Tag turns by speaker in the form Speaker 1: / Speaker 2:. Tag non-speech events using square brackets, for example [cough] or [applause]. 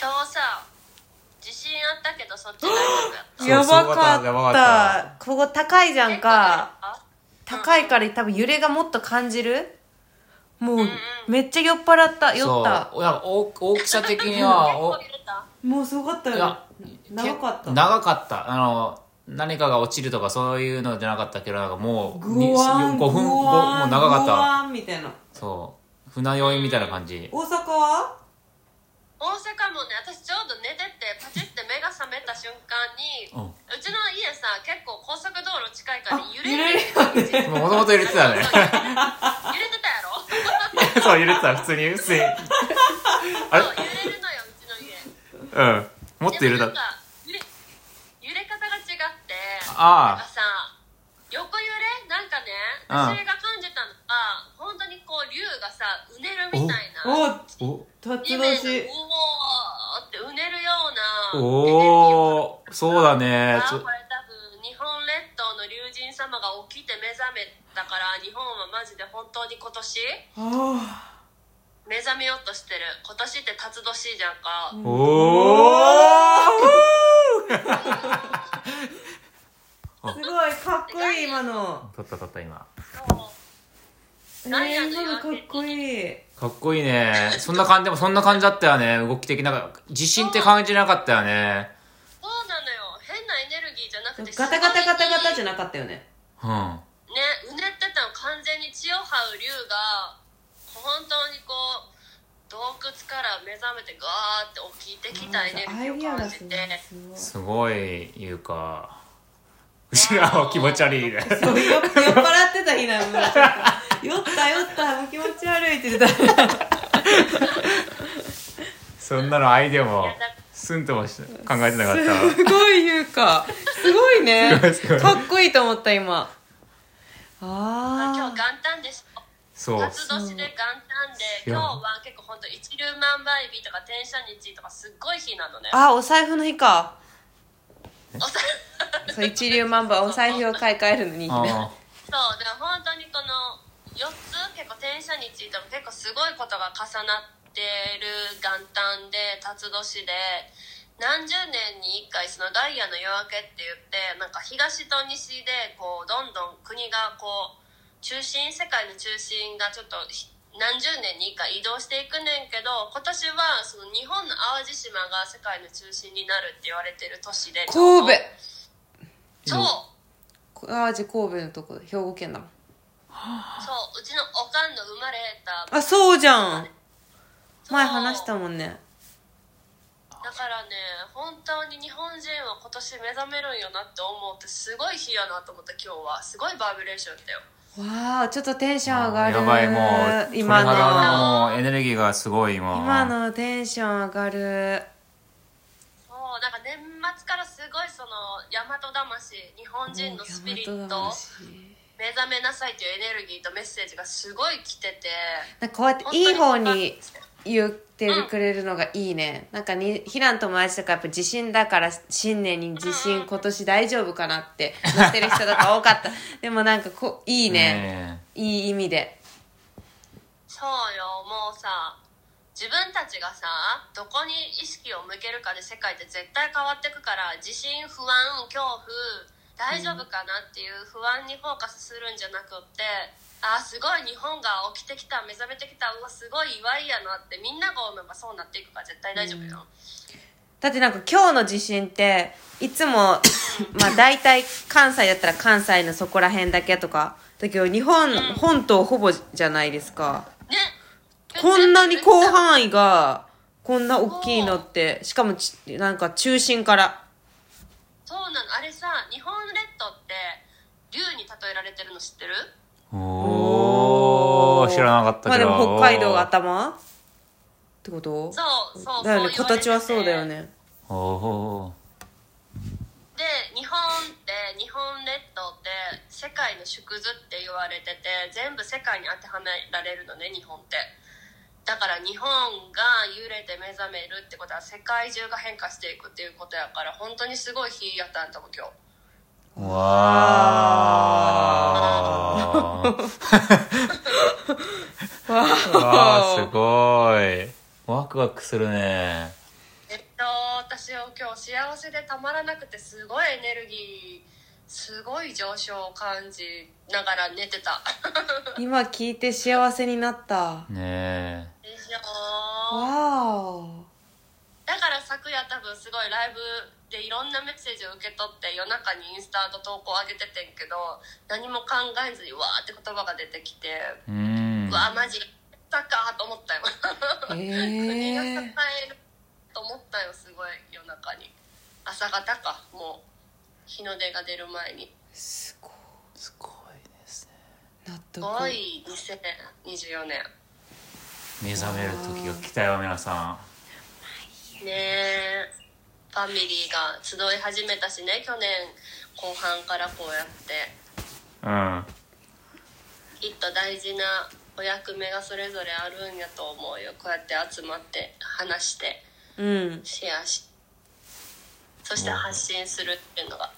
Speaker 1: 今日さ地震あったけどそっち
Speaker 2: [gasps]
Speaker 1: 大丈夫やった
Speaker 3: そう
Speaker 2: やばか
Speaker 3: す
Speaker 2: っ
Speaker 3: ごかった
Speaker 2: た
Speaker 3: やばか
Speaker 2: ここ高いじゃんか
Speaker 1: うん
Speaker 2: 高いから多分揺れがもっと感じるもう
Speaker 1: うん
Speaker 2: めっちゃ酔っ払った酔
Speaker 3: そう
Speaker 2: った
Speaker 3: いや大大きさ的に
Speaker 1: あ
Speaker 2: [laughs]
Speaker 3: は
Speaker 1: 結
Speaker 3: お
Speaker 1: 構揺れた
Speaker 2: もうすごかった
Speaker 3: い
Speaker 2: よ
Speaker 3: や
Speaker 2: 長かった
Speaker 3: 長かったあの何かが落ちるとかそういうのじゃなかったけどなんかもう
Speaker 2: グワーン
Speaker 3: に5分
Speaker 2: グ
Speaker 3: ごもう
Speaker 2: ワーン
Speaker 3: 長かっ
Speaker 2: グワ
Speaker 3: た
Speaker 2: ーンみたいな
Speaker 3: そう船酔いみたいな感じ
Speaker 2: 大阪は
Speaker 1: 大阪もね私ちょうど寝ててパチって目が覚めた瞬間に、
Speaker 3: うん
Speaker 1: ちの家さ結構高速道路近いから
Speaker 2: あ
Speaker 1: 揺れる
Speaker 2: 揺れるよね
Speaker 3: もともと揺れてたね
Speaker 1: 揺れてたやろ
Speaker 3: [laughs] そう揺れてた普通に普通にあれ
Speaker 1: そう揺れるのようちの家
Speaker 3: うんもっと揺れ
Speaker 1: でもなん
Speaker 3: た
Speaker 1: か揺れ揺れ方が違ってなんか
Speaker 3: あ
Speaker 1: さ横揺れなんかね
Speaker 3: う
Speaker 1: 私
Speaker 3: ん
Speaker 1: が感じたのが本当にこう竜がさうねるみたいな
Speaker 2: お
Speaker 3: あお
Speaker 2: 辰
Speaker 1: 夢の
Speaker 2: 年
Speaker 1: うおーってうねるような
Speaker 3: おーそうだね
Speaker 1: あ
Speaker 3: ち
Speaker 1: こ
Speaker 3: ょ
Speaker 1: れ多分日本列島の龍神様が起きて目覚めたから日本はマジで本当に今年
Speaker 2: あ
Speaker 1: 目覚めようとしてる今年って辰年じゃんか、
Speaker 2: ー
Speaker 3: お [laughs]
Speaker 2: すごいかっこいい今の
Speaker 3: 撮った撮った今
Speaker 2: え
Speaker 1: 何やね
Speaker 2: ー
Speaker 1: ん
Speaker 2: 今のかっこいい
Speaker 3: かっこいいねそんな感じでもそんな感じだったよね動き的な地震って感じなかったよね
Speaker 1: そうなのよ変なエネルギーじゃなくて
Speaker 2: ガタガタガタガタじ
Speaker 1: ゃ
Speaker 2: ゃなかったよね
Speaker 3: うん
Speaker 1: ねうねってたの完全に血を這う龍が本当にこう洞窟から目覚めてガーって起きてきたエネ
Speaker 2: アイ
Speaker 1: ル
Speaker 2: デ
Speaker 1: ギー
Speaker 2: ィ
Speaker 1: を
Speaker 2: ア
Speaker 1: 感
Speaker 2: が
Speaker 1: じ
Speaker 2: す
Speaker 1: て
Speaker 2: ごいす
Speaker 3: すごい言うかうちらは気持ち悪いね
Speaker 2: ごいそう酔っ酔っ払ってた日なのもうちょっと酔った酔ったもう気持ち悪いって言ってた
Speaker 3: そんなのアイデアも
Speaker 1: いやだ
Speaker 3: すんともし考えてなかった
Speaker 2: すごい言うかすごいね
Speaker 3: すごいすごい
Speaker 2: かっこいいと思った
Speaker 1: あ
Speaker 2: 今あ
Speaker 1: 今
Speaker 2: あ
Speaker 1: 日元旦です
Speaker 3: そう
Speaker 1: 初年で元旦で
Speaker 3: いや
Speaker 1: 今日は結構本当一粒万倍日とか天赦日とかすっごい日なのね
Speaker 2: あお財布の日か
Speaker 1: おさ
Speaker 2: そう一粒万倍お財布を買い替えるのに
Speaker 3: あ
Speaker 1: そうでも本当にこの4つ結構天赦日とか結構すごいことが重なってる元旦で辰年で何十年に1回そのダイヤの夜明けって言ってなんか東と西でこうどんどん国がこう中心世界の中心がちょっとひ何十年に1回移動していくねんけど今年はその日本の淡路島が世界の中心になるって言われてる都市で戸
Speaker 2: 神
Speaker 1: そう
Speaker 2: 戸淡路神戸のとこ兵庫県だもん
Speaker 1: そううちのおかんの生まれた
Speaker 2: あそうじゃん
Speaker 1: そう
Speaker 2: 前話したもんね
Speaker 1: だからね本当に日本人は今年目覚めるんよなって思うってすごい日やなと思った今日はすごいバイブレーションだったよ
Speaker 2: わあちょっとテンション上がる
Speaker 3: やばいもう
Speaker 2: 今
Speaker 3: 鳥肌
Speaker 2: の
Speaker 3: のもうエネルギーがすごい今
Speaker 2: 今のテンション上がる
Speaker 1: そうなんか年末からすごいその大和魂日本人のスピリッ
Speaker 2: 大和
Speaker 1: ト
Speaker 2: 魂
Speaker 1: 目覚めなさいというエネルギーとメッセージがすごい来てて
Speaker 2: なんかこうやっていい方に言ってくれるのがいいね、なんかにひらん友達とかやっぱ自信だから新年に自信今年大丈夫かなってなってる人とか多かった [laughs] でもなんかこういいねいい意味で
Speaker 1: そうよもうさ自分たちがさどこに意識を向けるかで世界って絶対変わってくから自信不安恐怖大丈夫かなっていう不安にフォーカスするんじゃなくってあーすごい日本が起きてきた目覚めてきたうわすごい祝いやなってみんなが思えばそうなっていくから絶対大丈夫よ、
Speaker 2: だってなんか今日の地震っていつも [coughs] まあ大体関西だったら関西のそこら辺だけとかだけど日本本島ほぼじゃないですか
Speaker 1: ね
Speaker 2: こんなに広範囲がこんな大きいのってしかもちなんか中心から
Speaker 1: そうなのあれさ日本列島って竜に例えられてるの知ってる
Speaker 3: おー知らなかったけど
Speaker 2: まあでも北海道が頭ってこと
Speaker 1: そうそう
Speaker 2: だよ
Speaker 1: そう言われ
Speaker 2: ね
Speaker 1: てて
Speaker 2: 形はそうだよね
Speaker 3: おお
Speaker 1: で日本って日本列島って世界の縮図って言われてて全部世界に当てはめられるのね日本ってだから日本が揺れて目覚めるってことは世界中が変化していくっていうことやから本当にすごい日やったんだもん今日
Speaker 3: ーわー
Speaker 2: わ
Speaker 3: わあすごいワクワクするね
Speaker 1: えっと、私は今日幸せでたまらなくてすごいエネルギーすごい上昇を感じながら寝てた
Speaker 2: 今聞いて幸せになった。
Speaker 3: ね
Speaker 1: でしょ
Speaker 2: わお。
Speaker 1: だから昨夜多分すごいライブでいろんなメッセージを受け取って夜中にインスタと投稿上げててんけど何も考えずにわーって言葉が出てきて、
Speaker 3: えうん
Speaker 1: うわーマジサッカーと思ったよ国が支
Speaker 2: ええ
Speaker 1: えると思ったよすごい夜中に朝方かもう日の出が出る前に
Speaker 2: すごい。
Speaker 3: すごいですね
Speaker 2: 納
Speaker 1: す
Speaker 2: 得。
Speaker 1: ごい2024年
Speaker 3: 目覚める時が来たよ皆さ
Speaker 1: ねえファミリーが集い始めたしね去年後半からこうやって
Speaker 3: んうん
Speaker 1: きっと大事なお役目がそれぞれあるんやと思うよこうやって集まって話して
Speaker 2: うん。
Speaker 1: シェアしそして発信するっていうのが